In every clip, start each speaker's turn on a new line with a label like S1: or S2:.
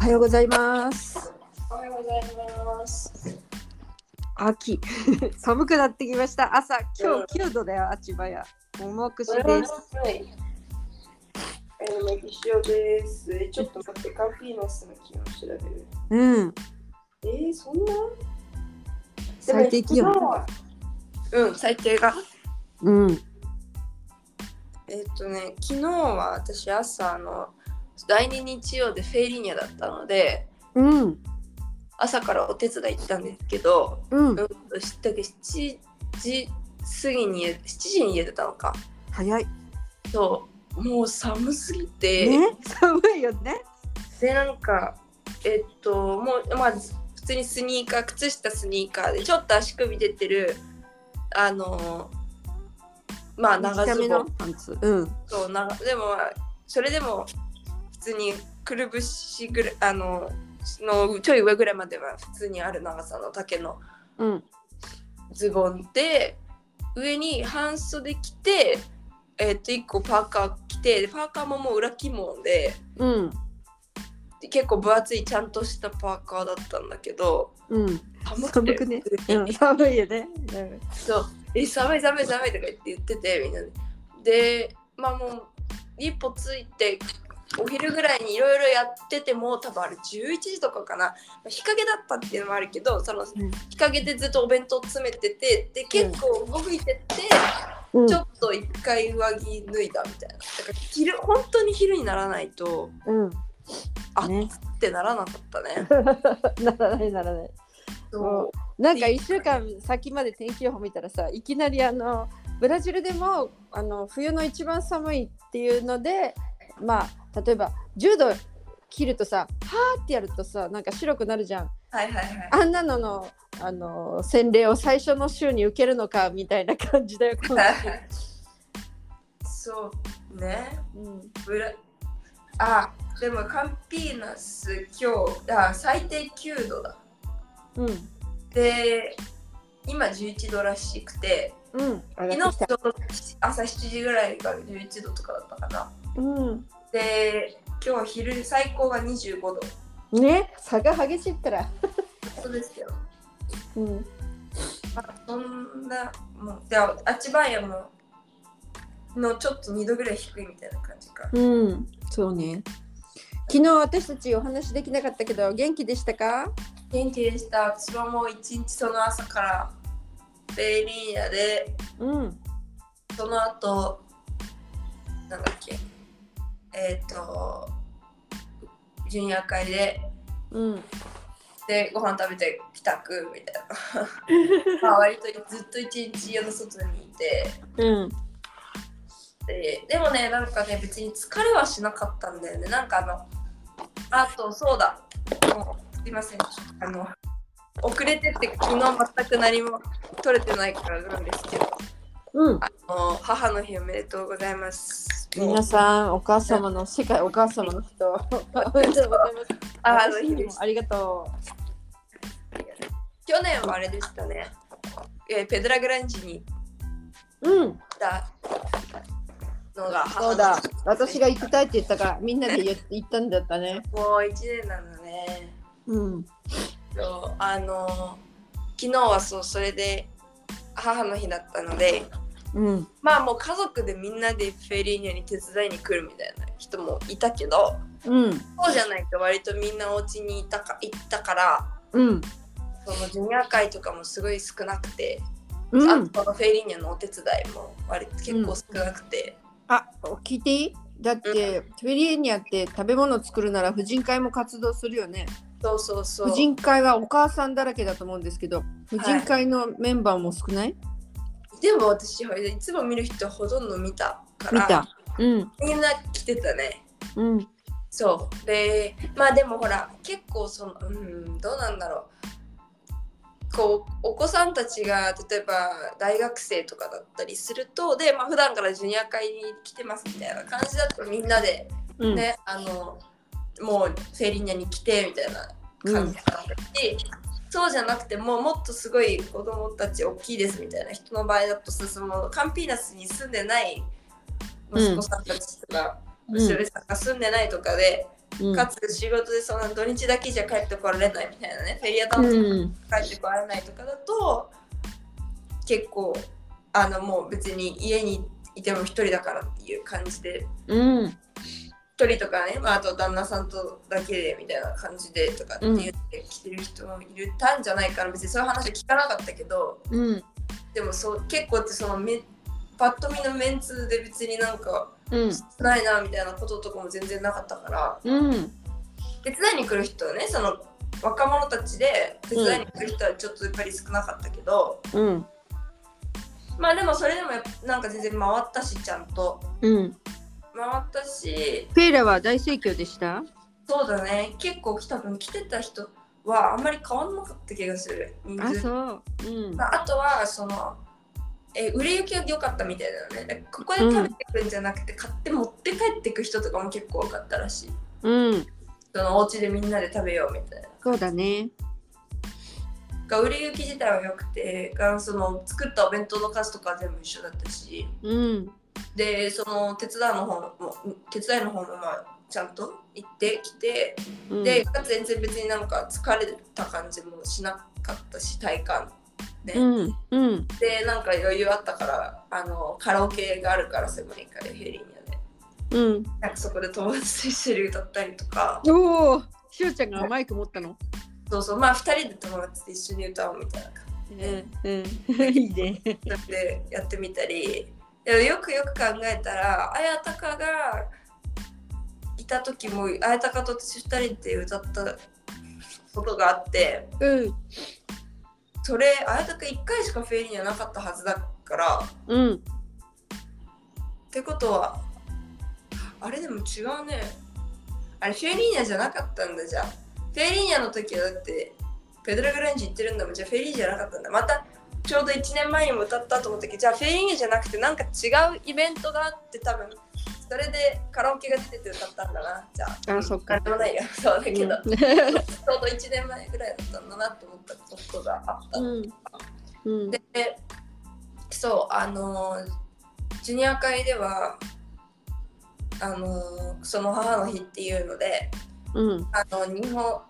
S1: はようございます。
S2: おはようございます。
S1: 秋 寒くなってきました。朝
S2: う
S1: 今
S2: ん
S1: 日9度だよ、あちばや。重くし
S2: それは
S1: で
S2: な
S1: す。
S2: い。えー、メキシオです。えちょっと待って、カンピーナスの気温調べる。
S1: うん。
S2: えー、そんな
S1: 最低気。
S2: で
S1: 温。
S2: も昨日はうん、最低が。
S1: うん。
S2: えーっとね、昨日は私朝あの第二日曜でフェイリーニャだったので、
S1: うん。
S2: 朝からお手伝い行ったんですけど、
S1: うん
S2: う。ん、だけど7時過ぎに7時に家出たのか。
S1: 早い。
S2: そう、もう寒すぎて。
S1: ね、 寒いよね。
S2: でなんかえっともうまあず普通にスニーカー靴下スニーカーでちょっと足首出てるあのーまあ長
S1: 短め
S2: ズボ
S1: の
S2: ン
S1: パンツ。うん。
S2: と長でもまあそれでも普通にくるぶしぐらいあののちょい上ぐらいまでは普通にある長さの丈の
S1: うん。
S2: ズボンで上に半袖着てえっと1個パーカー着てでパーカーももう裏起毛で。
S1: うん。
S2: で結構分厚いちゃんとしたパーカーだったんだけど
S1: うん。
S2: 寒く
S1: 寒
S2: て
S1: くね。うん、寒いよね。うん
S2: そうえ寒い寒い寒いとか言って言っててみんなででまあもう一歩ついてお昼ぐらいにいろいろやっててもう多分あれ11時とかかなまあ日陰だったっていうのもあるけどその
S1: うん
S2: 日陰でずっとお弁当詰めててで結構動いてて、
S1: うん
S2: ちょっと一回上着脱いだみたいなだから昼本当に昼にならないと
S1: うん。
S2: あ
S1: ね。
S2: ってならなかったね。
S1: ならないならない。
S2: そう
S1: なんか1週間先まで天気予報見たらさいきなりあのブラジルでもあの冬の一番寒いっていうのでまあ例えば10度切るとさはーってやるとさなんか白くなるじゃん
S2: はいはいはい。
S1: あんなののあの洗礼を最初の週に受けるのかみたいな感じだ よこの時
S2: そうね。
S1: うん
S2: ブラあ、でもカンピーナス今日、あ最低9度だ。
S1: うん
S2: で、今11度らしくて、
S1: うん上
S2: 昨
S1: がっ
S2: 日
S1: てき
S2: ち
S1: た
S2: ょうど朝7時ぐらいが11度とかだったかな。
S1: うん
S2: で、今日昼最高が25度。
S1: ね差が激しいったら
S2: そうですよ。
S1: うん
S2: まあ、そんな、もう、じゃあ、あちばやも、のちょっと2度ぐらい低いみたいな感じか。
S1: うんそうね昨日私たちお話できなかったけど元気でしたか
S2: 元気でした。私はもう一日その朝からベイリーナで、
S1: うん
S2: その後、なんだっけ、えっ、と、ジュニア会で、
S1: うん
S2: で、ご飯食べて帰宅みたいな。まあ割とずっと一日家の外にいて
S1: うん
S2: で、でもね、なんかね、別に疲れはしなかったんだよね。なんかあの、あと、そうだ、もうすいません、あの、遅れてって昨日全く何も取れてないからなんですけど。
S1: うん、
S2: あの母の日おめでとうございます。
S1: 皆さん、お母様の世界、お母様の人。おめでとうございます。
S2: 母の日です
S1: ありがと
S2: 去年はあれでしたね。えーペドラグランジに行っ
S1: う。うん、
S2: たのが母
S1: そ
S2: の日
S1: うだ。私が行きたいって言ったから、みんなで言って行ったんだったね。
S2: もう1年なのね。
S1: うん、
S2: そうあの昨日はそうそれで母の日だったので、
S1: うん、
S2: まあもう家族でみんなでフェリーニャに手伝いに来るみたいな人もいたけど、
S1: うん、
S2: そうじゃないと割とみんなお家にいたか行ったから、
S1: うん、
S2: そのジュニア会とかもすごい少なくて。
S1: う
S2: あ
S1: ん。
S2: とこのフェイリーニャのお手伝いも割と結構少なくて、
S1: あ、聞いていい。だって、トゥエリエニアって食べ物作るなら、婦人会も活動するよね。
S2: そうそうそう
S1: 婦人会はお母さんだらけだと思うんですけど、婦人会のメンバーも少ない。
S2: でも私いつも見る人ほとんど見たか
S1: 見
S2: ら
S1: た。うん、
S2: みんな来てたね
S1: うん、
S2: そうでまあでもほら結構そのうんどうなんだろうこうお子さんたちが例えば大学生とかだったりするとでまあ普段からジュニア会に来てますみたいな感じだとみんなで
S1: うん、
S2: ね、あのもうフェリーニャに来てみたいな感じだったし、そうじゃなくてもうもっとすごい子供たち大きいですみたいな人の場合だとそのカンピーナスに住んでない息子さんたちとか、
S1: うん
S2: 娘さんが住んでないとかで、
S1: うん
S2: かつ仕事でその土日だけじゃ帰ってこられないみたいなねフェリアタウンと
S1: うん
S2: か帰ってこられないとかだと、結構あのもう別に家にいても一人だからっていう感じで
S1: うん
S2: 一人とかね、まあ、あと旦那さんとだけでみたいな感じでとかって言って来てる人もいるたんじゃないから別にそういう話は聞かなかったけど
S1: うん
S2: でもそう結構ってそのめパッと見のメンツで別になんか
S1: うん
S2: ないなみたいなこととかも全然なかったから
S1: うん
S2: 手伝いに来る人はねその若者たちで手伝いに来る人はちょっとやっぱり少なかったけど、
S1: うん
S2: まあでもそれでもやっぱなんか全然回ったしちゃんと
S1: うん
S2: 回ったし
S1: フェイラは大盛況でした
S2: そうだね結構多分来てた人はあんまり変わんなかった気がする人
S1: あ
S2: 数
S1: そううん
S2: まああとはそのえ売れ行きが良かったみたいだよねだからここで食べてくんじゃなくて、買って持って帰ってく人とかも結構多かったらしい
S1: うん
S2: そのお家でみんなで食べようみたいな
S1: そうだね
S2: が売れ行き自体は良くてがその作ったお弁当の数とかは全部一緒だったし
S1: うん
S2: でその手伝いの方も手伝いの方もまあちゃんと行ってきて
S1: うん
S2: でかつ全然別になんか疲れた感じもしなかったし体感ね、
S1: うんうん
S2: でなんか余裕あったからあのカラオケがあるから狭いからヘリニアで
S1: うん
S2: なんかそこで友達と一緒に歌ったりとか
S1: おおしおちゃんがマイク持ったの
S2: そうそうまあ2人で友達と一緒に歌おうみたいな感
S1: うんうんいいね
S2: じでやってみたりでもよくよく考えたら綾鷹がいた時も綾鷹と私2人で歌ったことがあって
S1: うん
S2: それ綾鷹1回しかフェリニアなかったはずだから
S1: うん
S2: ってことはあれでも違うねあれフェリーニャじゃなかったんだじゃあフェリーニャの時はだってペドロ・グランジ行ってるんだもんじゃあフェリーニャじゃなかったんだまたちょうど1年前にも歌ったと思ったけどじゃあフェリーニャじゃなくてなんか違うイベントがあって多分それでカラオケが出てて歌ったんだなじゃあ
S1: あそっか
S2: あれもないよそうだけど、ち
S1: う
S2: ょうど1年前ぐらいだったんだなって思ったことがあった
S1: んうん
S2: でそうあのジュニア会ではあのその母の日っていうので
S1: うん
S2: あの日本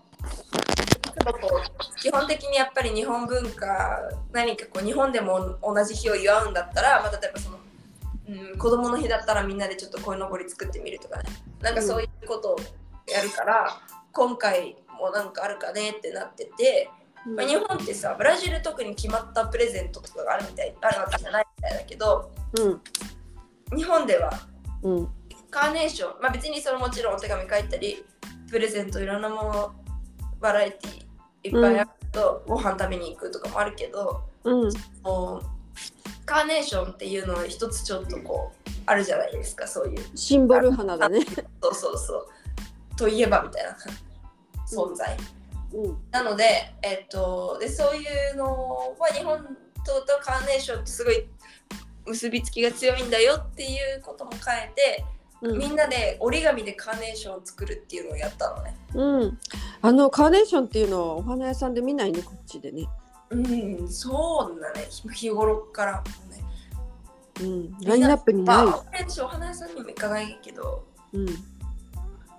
S2: こう基本的にやっぱり日本文化何かこう日本でも同じ日を祝うんだったらまあ例えばその、うん、子供の日だったらみんなでちょっと鯉のぼり作ってみるとかねなんかそういうことをやるから、今回もなんかあるかねってなってて。まあ、日本ってさブラジル特に決まったプレゼントとかがあるみたいあるわけじゃないみたいだけど
S1: うん
S2: 日本では
S1: うん
S2: カーネーション、まあ、別にそのもちろんお手紙書いたりプレゼントいろんなものバラエティいっぱいあると、ご飯食べに行くとかもあるけど
S1: うん
S2: もうカーネーションっていうのは一つちょっとこうあるじゃないですかそういう
S1: シンボル花だね
S2: そうそうそうといえばみたいな感じ存在。
S1: うん
S2: なので、えっと、でそういうのは日本ととカーネーションってすごい結びつきが強いんだよっていうことも変えて、
S1: うん
S2: みんなで折り紙でカーネーションを作るっていうのをやったのね。
S1: うん、あのカーネーションっていうのはお花屋さんで見ないねこっちでね、
S2: うん、そうだね。日日頃からもね。
S1: うん、ラインナップにない、
S2: まあ、私お花屋さんにも行かないけど、
S1: うん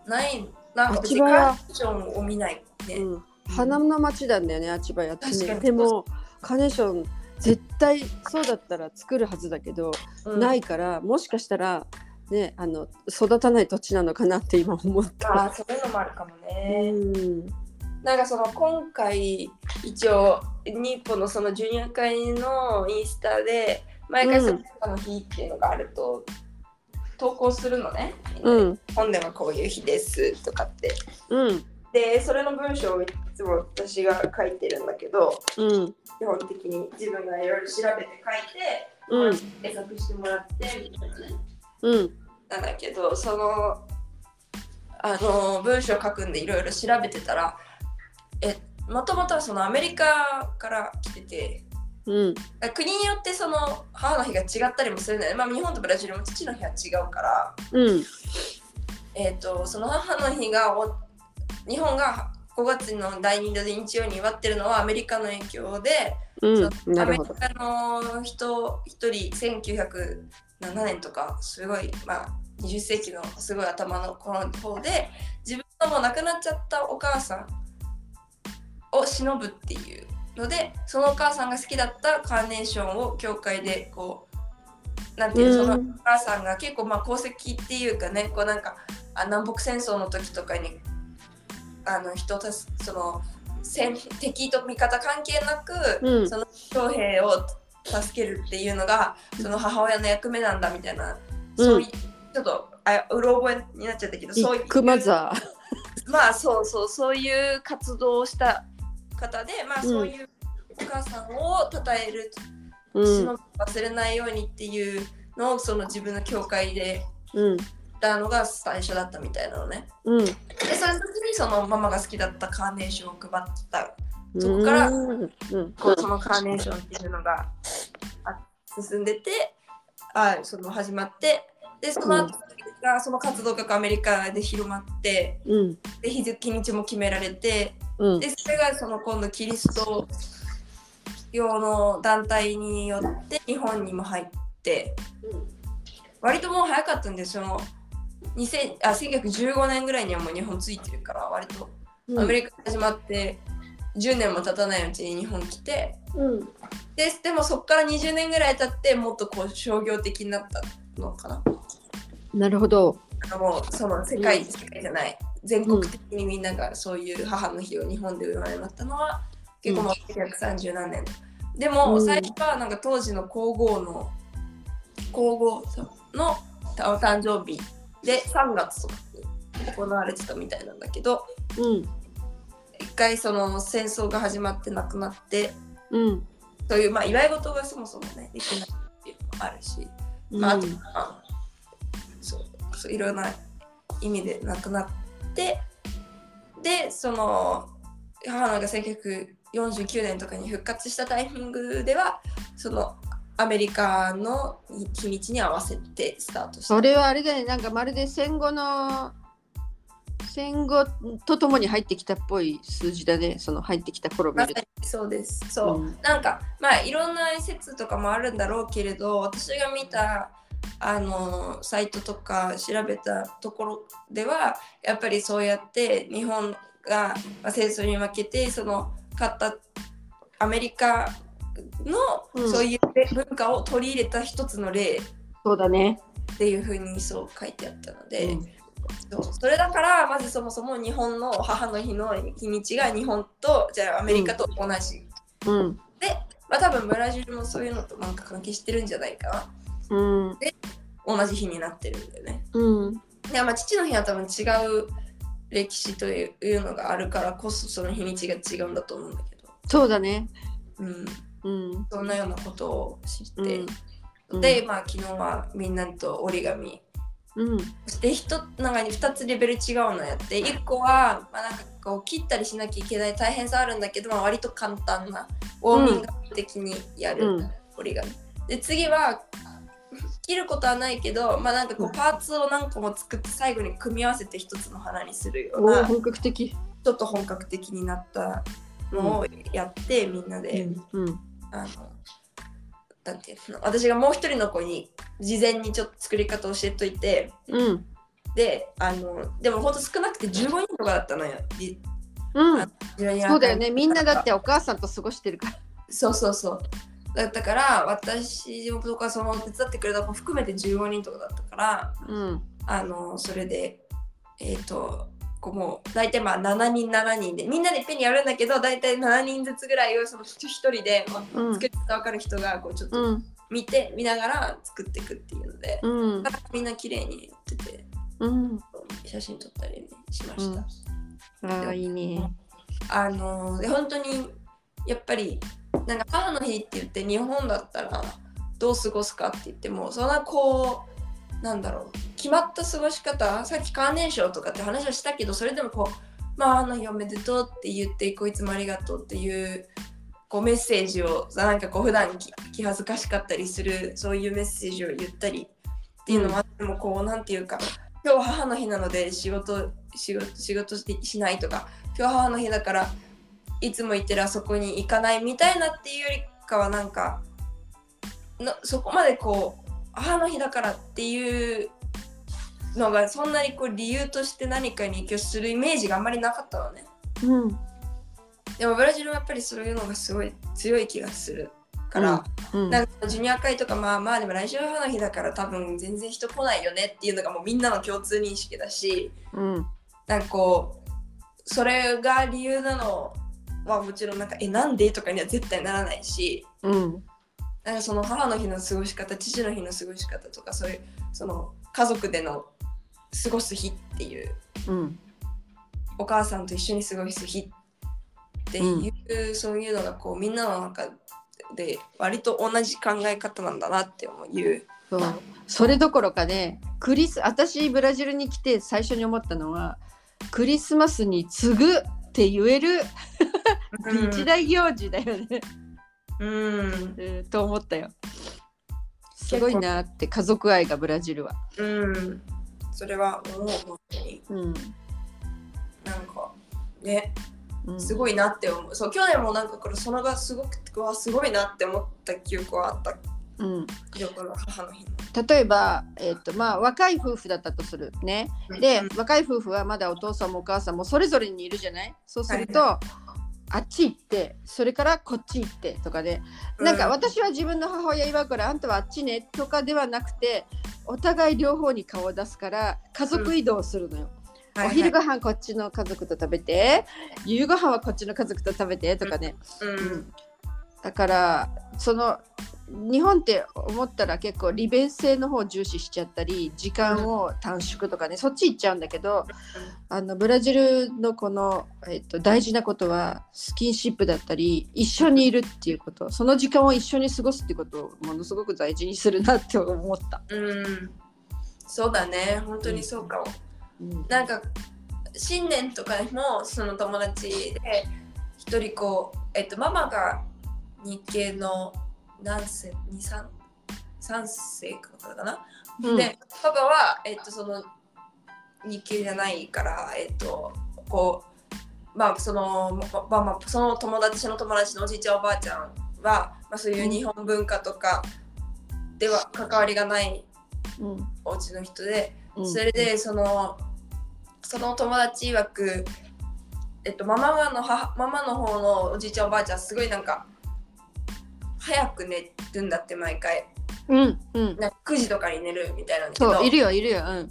S2: ない、なんか別に
S1: あち
S2: カ
S1: ばや
S2: ーネーションを見ないね。
S1: うん、花の町なんだよねあちばやって
S2: 確か
S1: ね
S2: に
S1: でもカーネーション絶対そうだったら作るはずだけど、
S2: うん
S1: ないからもしかしたらねあの育たない土地なのかなって今思った、
S2: あーそういうのもあるかも
S1: う
S2: ね。
S1: ん、
S2: なんかその今回一応日本のそのジュニア会のインスタで毎回その中の日っていうのがあると投稿するのね、
S1: うん
S2: 日本ではこういう日ですとかって
S1: うん
S2: でそれの文章をいつも私が書いてるんだけど
S1: うん
S2: 基本的に自分がいろいろ調べて
S1: う
S2: 書い
S1: ん
S2: て制作してもらってみたいなね
S1: うん
S2: なんだけどそのあの文章書くんでいろいろ調べてたらえもともとはそのアメリカから来てて
S1: うん
S2: 国によってその母の日が違ったりもするんだよね、まあ、日本とブラジルも父の日は違うから、
S1: うん
S2: えー、とその母の日がお日本が5月の第2土日曜に祝ってるのはアメリカの影響で、
S1: うん
S2: その
S1: な
S2: ア
S1: る
S2: メリ
S1: ほど
S2: カの人一人1907年とかすごい、まあ、20世紀のすごい頭のこの方で自分その亡くなっちゃったお母さんを偲ぶっていうのでそのお母さんが好きだったカーネーションを教会でこうなんていうそのお母さんが結構まあ功績っていうかねこうなんかあ南北戦争の時とかにあの人たちその戦敵と味方関係なく、
S1: うん
S2: その将兵を助けるっていうのがその母親の役目なんだみたいな、
S1: うん
S2: そういうちょっとあうろ覚えになっちゃったけど
S1: ビ
S2: そうい
S1: ッ
S2: う
S1: グマザ
S2: まあそうそうそういう活動をした方でまあ
S1: うん
S2: そういうお母さんを称える、
S1: ー。うん
S2: 忍び忘れないようにっていうのをその自分の教会で
S1: うん
S2: やったのが最初だったみたいなのね
S1: うん。
S2: でその時にそのママが好きだったカーネーションを配ったそこから
S1: うんうん
S2: こうそのカーネーションっていうのがあ進んでてあその始まってでその後がその活動がアメリカで広まって
S1: うん
S2: で日付日にちも決められて
S1: うん
S2: でそれがその今度キリスト用の団体によって日本にも入って割ともう早かったんですよ2000あ1915年ぐらいにはもう日本ついてるから割と
S1: うん
S2: アメリカ始まって10年も経たないうちに日本来て
S1: うん
S2: ででもそこから20年ぐらい経ってもっとこう商業的になったのかな
S1: なるほど。
S2: あのもうその世界,、
S1: うん
S2: 世界じゃない全国的にみんながそういう母の日を日本で生まれまったのは結構もう1930何年でも
S1: うん
S2: 最初はなんか当時の皇后の皇后のたお誕生日で3月とかに行われてたみたいなんだけど
S1: うん
S2: 一回その戦争が始まって亡くなって
S1: うん。
S2: というまあ祝い事がそもそもねできないっていうのもあるし、まあ、あと
S1: うん
S2: あのそうそういろんな意味で亡くなってでその母のが1949年とかに復活したタイミングではそのアメリカの日にちに合わせてスタートした
S1: それはあれだね。なんかまるで戦後の戦後とともに入ってきたっぽい数字だね。その入ってきた頃見
S2: ま
S1: る
S2: さ
S1: と。
S2: にそうですそう、
S1: うん
S2: なんかまあいろんな説とかもあるんだろうけれど私が見たあのサイトとか調べたところではやっぱりそうやって日本がまあ戦争に負けてその勝ったアメリカ
S1: う
S2: の
S1: ん
S2: そういう文化を取り入れた一つの例
S1: そうだね。
S2: っていうふうにそう書いてあったので、
S1: うん
S2: そうそれだからまずそもそも日本の母の日の日にちが日本とじゃあアメリカと同じ
S1: うん
S2: まあ多分ブラジルもそういうのとなんか関係してるんじゃないかな
S1: うん
S2: 同じ日になってるんだよね。
S1: うん
S2: でまあ父の日は多分違う歴史というのがあるからこそその日にちが違うんだと思うんだけど、
S1: そうだね。
S2: うん、
S1: うん
S2: そんなようなことを知って、
S1: うん
S2: でまあ昨日はみんなと折り紙
S1: うん
S2: そして人なんか2つレベル違うのやって1個は、まあ、なんかこう切ったりしなきゃいけない大変さあるんだけど、まあ、割と簡単なウォーミングアップ的にや
S1: う
S2: る
S1: ん
S2: 折り紙、で次は切ることはないけど、まあ、なんかこ
S1: うん
S2: うパーツを何個も作って最後に組み合わせて一つの花にするよう
S1: おー
S2: なち
S1: 本格的。
S2: ょっと本格的になったのをやって、みんなで、
S1: うん
S2: あのなんていうの私がもう一人の子に事前にちょっと作り方を教えといて。
S1: うん
S2: であのでもほんと少なくて15人とかだったのよ。じ
S1: うん。そ
S2: そう
S1: だよね。みんなだってお母さんと過ごしてるから。
S2: そうそうそうだったから私とかその手伝ってくれた子含めて15人とかだったから
S1: うん
S2: あのそれでえっ、とこうもう大体まあ7人7人でみんなでいっぺんにやるんだけど大体7人ずつぐらいをその一人で、まあ
S1: うん
S2: 作り方分かる人がこうちょっと
S1: うん
S2: 見て、見ながら作っていくっていうので、
S1: うん
S2: みんな綺麗にやってて
S1: うん。
S2: 写真撮ったり、ね、しまし
S1: う
S2: た。
S1: んああいいね。
S2: あので本当にやっぱりなんか母の日って言って日本だったらどう過ごすかって言ってもそんなこうなんだろう決まった過ごし方さっきカーネーションとかって話をしたけどそれでもこう「まああの日おめでとう」って言って「こういつもありがとう」っていうこうメッセージをさなんかこう普段き気恥ずかしかったりするそういうメッセージを言ったりっていうのもあってもこうなんていうか今日は母の日なので仕事仕事仕事しないとか今日は母の日だからいつも行ってるあそこに行かないみたいなっていうよりかはなんかのそこまでこう母の日だからっていうのがそんなにこう理由として何かに影響するイメージがあんまりなかったのね
S1: うん
S2: でもブラジルはやっぱりそういうのがすごい強い気がするから、
S1: うん
S2: なんかジュニア会とかまあまあでも来週母の日だから多分全然人来ないよねっていうのがもうみんなの共通認識だし
S1: うん
S2: なんかこうそれが理由なのはもちろんなんかえなんでとかには絶対ならないし
S1: うん
S2: なんかその母の日の過ごし方父の日の過ごし方とかそういうその家族での過ごす日っていう
S1: うん
S2: お母さんと一緒に過ごす日っていう、そういうのがこうみんなの中で割と同じ考え方なんだなって思う。
S1: そうそれどころかねクリス私ブラジルに来て最初に思ったのはクリスマスに次ぐって言える一大行事だよね、
S2: うん、
S1: うんと思ったよすごいなって家族愛がブラジルは、
S2: うん、それは思う本当に
S1: うん
S2: なんかね
S1: うん、
S2: すごいなって思うそう去年もなんかこれその場すごくてうわすごいなって思った記憶はあった
S1: うん、
S2: よこの母の日の。
S1: 例えば、えっとまあ、若い夫婦だったとするねで、
S2: うん
S1: 若い夫婦はまだお父さんもお母さんもそれぞれにいるじゃないそうすると、あっち行ってそれからこっち行ってとかでなんか、私は自分の母親曰くからあんたはあっちねとかではなくてお互い両方に顔を出すから家族移動するのよ。
S2: うんはい
S1: お
S2: はい
S1: 昼ご飯こっちの家族と食べて夕ご飯はこっちの家族と食べてとかね、
S2: うん
S1: だからその日本って思ったら結構利便性の方を重視しちゃったり時間を短縮とかねそっち行っちゃうんだけどあのブラジルのこの、えっと、大事なことはスキンシップだったり一緒にいるっていうことその時間を一緒に過ごすっていうことをものすごく大事にするなって思った。
S2: うん、そうだね本当にそうかも。
S1: うん
S2: なんか新年とかにもその友達で一人こう、えっと、ママが日系の何世23 3世の方かな、
S1: うん
S2: でパパは、えっと、その日系じゃないから、えっと、こうまあその,、まあまあ、その友達の友達のおじいちゃんおばあちゃんは、まあ、そういう日本文化とかでは関わりがない
S1: うん
S2: お家の人で。
S1: うん
S2: それでそのその友達曰くえっとママがの母ママの方のおじいちゃんおばあちゃんすごいなんか早く寝るんだって毎回
S1: うんうん
S2: なんか9時とかに寝るみたいなんだけど
S1: そういるよいるよ、うん、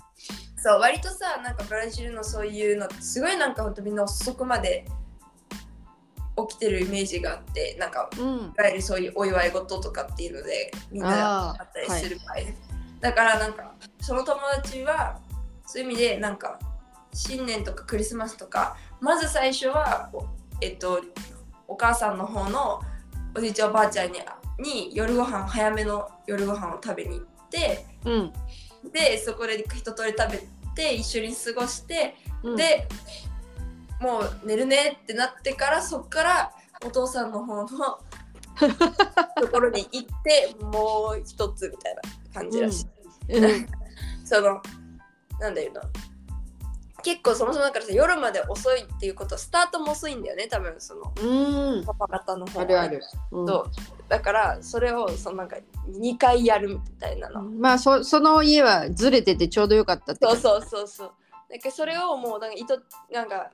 S2: そう割とさなんかブラジルのそういうのってすごいなんかほんとみんな遅くまで起きてるイメージがあってなんか
S1: うん
S2: いわゆるそういうお祝い事とかっていうのでみんな
S1: あー
S2: あったりする場合、だからなんかその友達はそういう意味でなんか新年とかクリスマスとかまず最初はおえっとお母さんの方のおじいちゃんおばあちゃんにに夜ご飯早めの夜ご飯を食べに行って
S1: うん
S2: でそこで一通り食べて一緒に過ごして
S1: うん、
S2: でもう寝るねってなってからそっからお父さん の方のところに行ってもう一つみたいな感じらしい、
S1: うん
S2: そのなんだいうの結構そもそもだからさ夜まで遅いっていうことはスタートも遅いんだよね多分その
S1: うん、
S2: パパ方の方
S1: あ
S2: は
S1: るある、うん
S2: そうだからそれをそのなんか2回やるみたいなの、
S1: まあそその家はずれててちょうどよかったって
S2: そうそうそうそうなんかそれをもうなんか意図なんか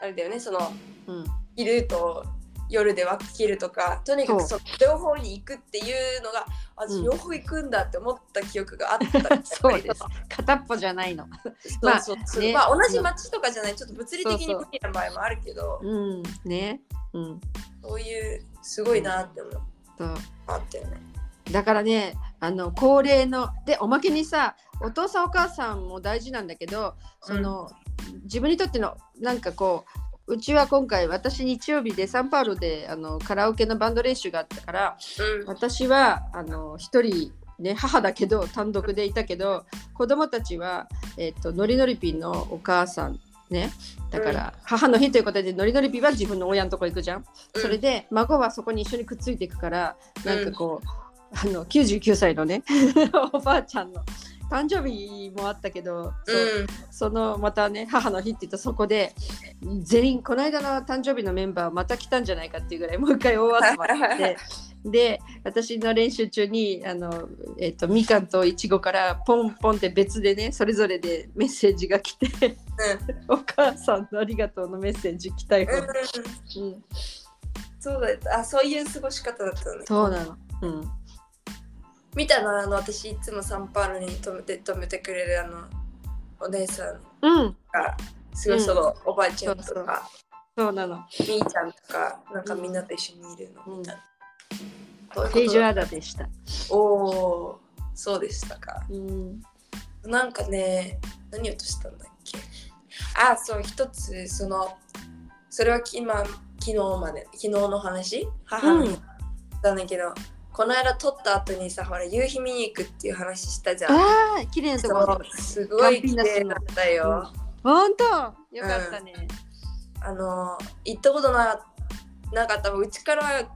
S2: あれだよねその
S1: う、うん、
S2: 昼と夜で分けるとかとにかくそ両方に行くっていうのが
S1: う
S2: 私
S1: ん
S2: 両方行くんだって思った記憶があったりした
S1: そう
S2: りです、
S1: 片っぽじゃないの、
S2: そうそうそ
S1: まあ
S2: う
S1: ね
S2: まあ同じ町とかじゃないちょっと物理的に
S1: そう
S2: 無
S1: そう
S2: 理な場合もあるけど
S1: うん、ね、うん、
S2: そういうすごいなって思う
S1: そう
S2: あったよね
S1: だからねあの恒例のでおまけにさお父さんお母さんも大事なんだけどその、自分にとってのなんかこううちは今回私日曜日でサンパウロであのカラオケのバンド練習があったから私はあの一人ね、母だけど単独でいたけど子供たちは、えっとノリノリピンのお母さんねだから母の日ということでノリノリピンは自分の親のとこ行くじゃん、
S2: うん
S1: それで孫はそこに一緒にくっついていくからなんかこう、あの99歳のね おばあちゃんの誕生日もあったけど、そう
S2: う
S1: そのまたね母の日って言ったそこで全員この間の誕生日のメンバーまた来たんじゃないかっていうぐらいもう一回大集まりでで私の練習中にあの、えっとみかんといちごからポンポンって別でねそれぞれでメッセージが来て「お母さんのありがとう」のメッセージ来たよ
S2: う、ん、
S1: うん、
S2: そうだったあそういう過ごし方だったのね
S1: そうなの、うん、
S2: 見たのあの私いつもサンパールに泊めて泊めてくれるあのお姉さん
S1: うん、
S2: がすごいその、おばあちゃんと
S1: そう
S2: か
S1: そうなの
S2: みーちゃんとかなんかみんなと一緒にいるのみたいな、そう
S1: ペ
S2: い
S1: イ
S2: うこ
S1: ジ
S2: と
S1: ュ
S2: だ
S1: アダでした、
S2: おおそうでしたか
S1: うん、
S2: なんかね何をとしたんだっけあそう一つそのそれは今昨日まで昨日の話母の日なんだけど、この間撮った後にさほら夕日見に行くっていう話したじゃん
S1: ああ綺麗なとこ
S2: そ
S1: ろ
S2: うすごい綺麗だったよ。
S1: 本当よかったね、
S2: あの行ったことななかったうちから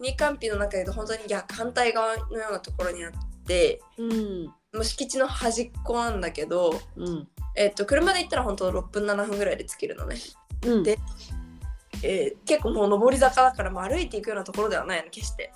S2: 二カンピの中で本当に逆反対側のようなところにあって
S1: うん
S2: もう敷地の端っこなんだけど、
S1: うん
S2: えっと車で行ったら本当6分7分ぐらいで着けるのね、
S1: うん
S2: でえー結構もう上り坂だからもう歩いていくようなところではないの決して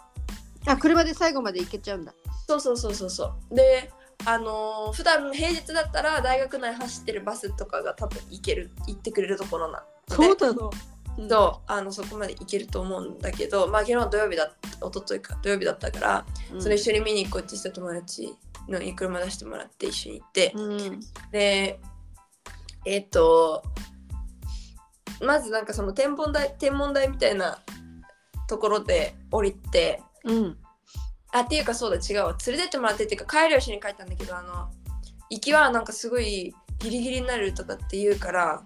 S1: あ車で最後まで行けちゃうんだ
S2: そうそうそうそうそうであのー普段平日だったら大学内走ってるバスとかが多分行ける行ってくれるところなので
S1: なのうん
S2: そうあのそこまで行けると思うんだけど、まあ、昨日土曜日だ一昨日か土曜日だったから、
S1: うん
S2: それ一緒に見に行こうってした友達のに車出してもらって一緒に行って、
S1: うん
S2: でえっ、とまずなんかその天文台天文台みたいなところで降りて
S1: うん
S2: あっていうかそうだ違うわ連れてってもらってっていうか帰りは一緒に帰ったんだけどあの行きはなんかすごいギリギリになるとかって言うから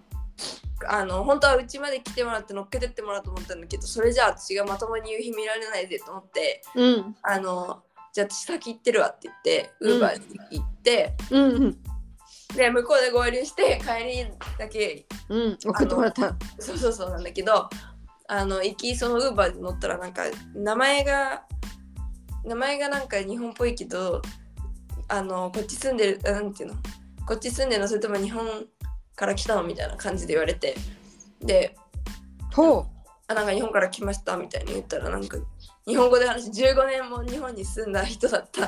S2: あの本当はうちまで来てもらって乗っけてってもらうと思ったんだけどそれじゃあ私がまともに夕日見られないでと思って
S1: うん
S2: あのじゃあ私先行ってるわって言って
S1: う
S2: ウ
S1: ん
S2: ーバーに行って、
S1: うん
S2: で向こうで合流して帰りだけ
S1: うん送ってもらった
S2: そうそうそうなんだけどあの行きそのウーバーで乗ったらなんか名前が名前がなんか日本っぽいけどあのこっち住んでるあなんていうのこっち住んでるのそれとも日本から来たのみたいな感じで言われてで
S1: ほ
S2: あなんか日本から来ましたみたいに言ったらなんか日本語で話して15年も日本に住んだ人だった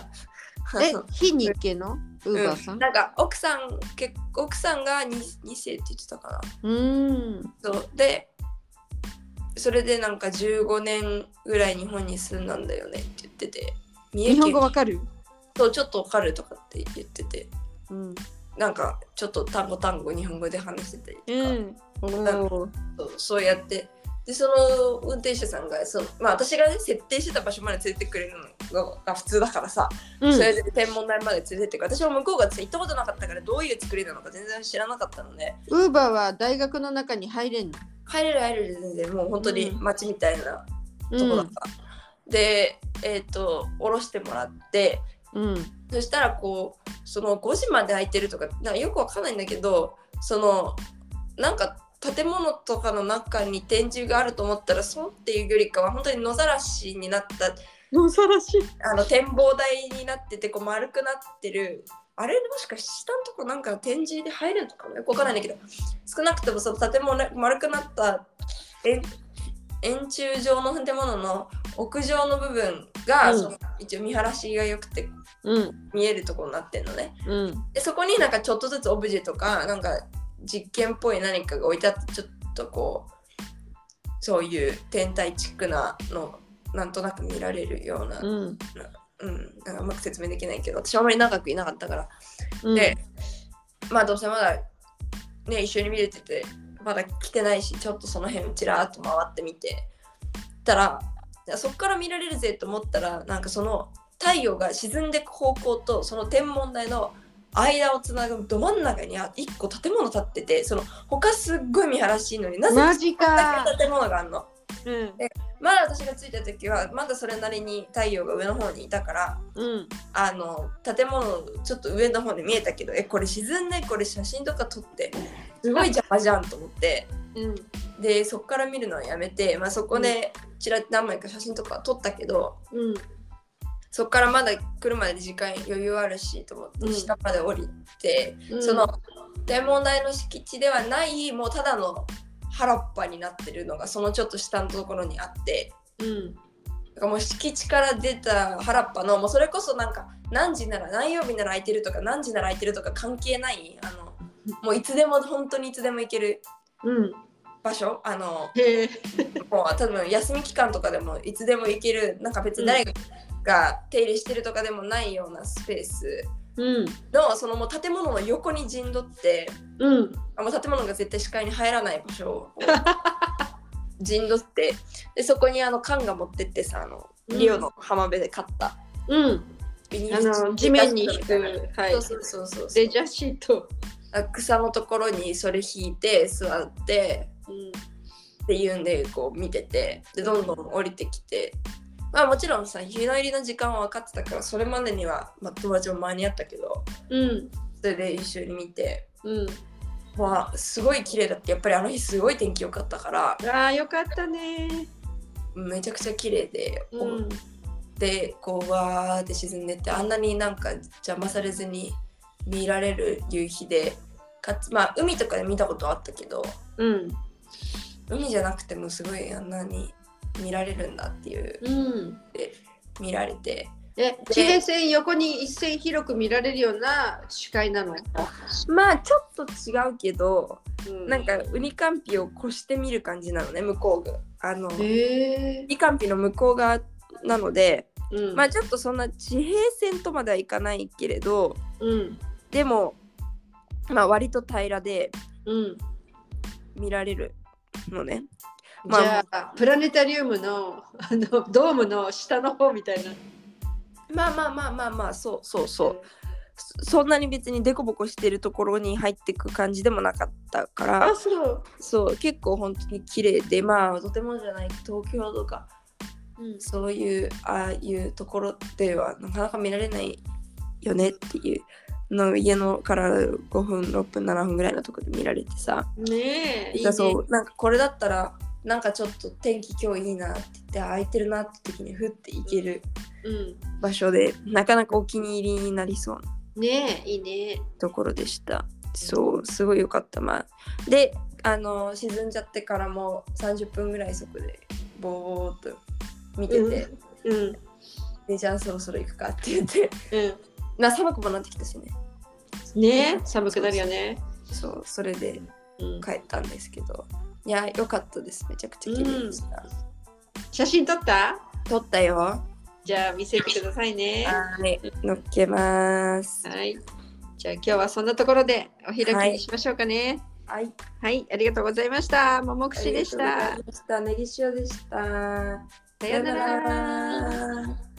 S1: う え非日系のウーバーさ
S2: うんなんか奥さん結奥さんが 2, 2世って言ってたかな
S1: うん
S2: そうでそれでなんか15年ぐらい日本に住んだんだよねって言ってて三重
S1: 日本
S2: 県
S1: 語わかる
S2: とちょっとわかるとかって言ってて
S1: うん
S2: なんかちょっと単語単語日本語で話してたり
S1: う
S2: とか、
S1: んおー
S2: そうそうやってでその運転手さんがその、まあ、私が、ね、設定してた場所まで連れてくれるのが普通だからさ、
S1: うん
S2: それで天文台まで連れてってく私も向こうが行ったことなかったからどういう作りなのか全然知らなかったので
S1: ウーバーは大学の中に入れんの
S2: 入れる入れる全然もう本当に街みたいな
S1: う
S2: とこだっ
S1: ん
S2: た、でえっ、と下ろしてもらって
S1: うん
S2: そしたらこうその5時まで空いてるとかなんかよくわかんないんだけどそのなんか建物とかの中に展示があると思ったらそうっていうよりかは本当に野ざらしになった
S1: のさらし
S2: あの展望台になっててこう丸くなってるあれもしかして下のとこなんか展示で入るのかもよくわかんないんだけど少なくともその建物丸くなった円円柱状の建物の屋上の部分が、
S1: うん
S2: その一応見晴らしが良くて
S1: うん
S2: 見えるところになってるのね
S1: うん
S2: でそこになんかちょっとずつオブジェとかなんか実験っぽい何かが置いてあってちょっとこうそういう天体チックなのなんとなく見られるような
S1: うん
S2: うん、なんかうまく説明できないけど私はあまり長くいなかったから、
S1: うん
S2: でまあどうせまだね一緒に見れててまだ来てないしちょっとその辺ちらーっと回ってみてたらいやそっから見られるぜと思ったらなんかその太陽が沈んでく方向とその天文台の間をつなぐど真ん中にあ一個建物建っててその他すっごい見晴らしいのになぜ
S1: マジか
S2: こんだけ建物があんの
S1: うん
S2: まだ私が着いた時はまだそれなりに太陽が上の方にいたから
S1: うん
S2: あの建物ちょっと上の方で見えたけどえこれ沈んでこれ写真とか撮ってすごい邪魔じゃんと思って
S1: うん
S2: でそこから見るのはやめて、まあ、そこでちらっと何枚か写真とか撮ったけど
S1: うん
S2: そこからまだ来るまで時間余裕あるしと思っ
S1: うん
S2: て下まで降りて、
S1: うん
S2: その天文台の敷地ではないもうただの原っぱになってるのがそのちょっと下のところにあって
S1: うん
S2: だからもう敷地から出た原っぱのもうそれこそなんか何時なら何曜日なら空いてるとか何時なら空いてるとか関係ないあのもういつでも本当にいつでも行ける
S1: うん。
S2: 場所あの
S1: へえ。
S2: もう多分休み期間とかでもいつでも行けるなんか別に誰が手入れしてるとかでもないようなスペース
S1: うん。
S2: のそのもう建物の横に陣取って
S1: うん。
S2: あもう建物が絶対視界に入らない場所を陣取ってでそこにあの缶が持ってってさあのリオの浜辺で買った
S1: うん。
S2: ビニ
S1: あ
S2: シー
S1: の
S2: ト
S1: 地面に引
S2: みたいな
S1: く。はい
S2: そう。そうそうそう
S1: レジャーシート。
S2: あ草のところにそれ引いて座って
S1: うん。
S2: っていうんでこう見ててでどんどん降りてきてまあもちろんさ日の入りの時間は分かってたからそれまでには、まあ、友達も間に合ったけど
S1: うん。
S2: それで一緒に見て
S1: うん。
S2: まあすごい綺麗だってやっぱりあの日すごい天気良かったから
S1: ああ、よかったね。
S2: めちゃくちゃ綺麗で、
S1: うん。
S2: でこうわーって沈んでってあんなになんか邪魔されずに見られる夕日でかつまあ海とかで見たことはあったけど
S1: うん。
S2: 海じゃなくてもすごいあんなに見られるんだっていう
S1: うん。
S2: 見られて
S1: え、地平線横に一線広く見られるような視界なの。
S2: まあちょっと違うけど
S1: うん
S2: なん。かウニカンピを越してみる感じなのね向こうがあのウ
S1: へえ。
S2: ニカンピの向こう側なので
S1: うん
S2: まあちょっとそんな地平線とまではいかないけれど
S1: うん。
S2: でもまあ割と平らで
S1: うん。
S2: 見られるのね
S1: じゃあプラネタリウムのあの ドームの下の方みたいな。
S2: まあまあまあまあまあそうそうそうそそんなに別にデコボコしてるところに入ってく感じでもなかったから
S1: あそう。
S2: そう結構本当に綺麗でまあとてもじゃない東京とか
S1: うん、
S2: そういうああいうところではなかなか見られないよねっていうの家のから5分6分7分ぐらいのところで見られてさ
S1: ねえ。いい
S2: だ
S1: ね
S2: そうなんかこれだったらなんかちょっと天気今日いいなって言ってあ空いてるなって時にふって行ける
S1: う。
S2: 場所でなかなかお気に入りになりそうん
S1: ねえいいね。
S2: ところでした。そう、すごい良かった。まあ、で、あの、沈んじゃってからも30分ぐらいそこで、ぼーっと見てて、
S1: うん
S2: で、じゃあそろそろ行くかって言って、
S1: う
S2: な、寒くもなってきたしね。
S1: ん。ねえ寒くなるよね。
S2: そう、それで
S1: うん
S2: 帰ったんですけど、いや、良かったです。めちゃくちゃ綺麗でした。
S1: 写真撮った？
S2: 撮ったよ。は
S1: じゃあ見せてくださいね。
S2: い。乗っけます。
S1: はい。じゃあ今日はそんなところでお開きにしましょうかね。
S2: はい。
S1: はい、ありがとうございました。ももくしでし
S2: あ
S1: た
S2: りがとう。ございました。ネギ塩でした。
S1: さようなら。
S2: ら。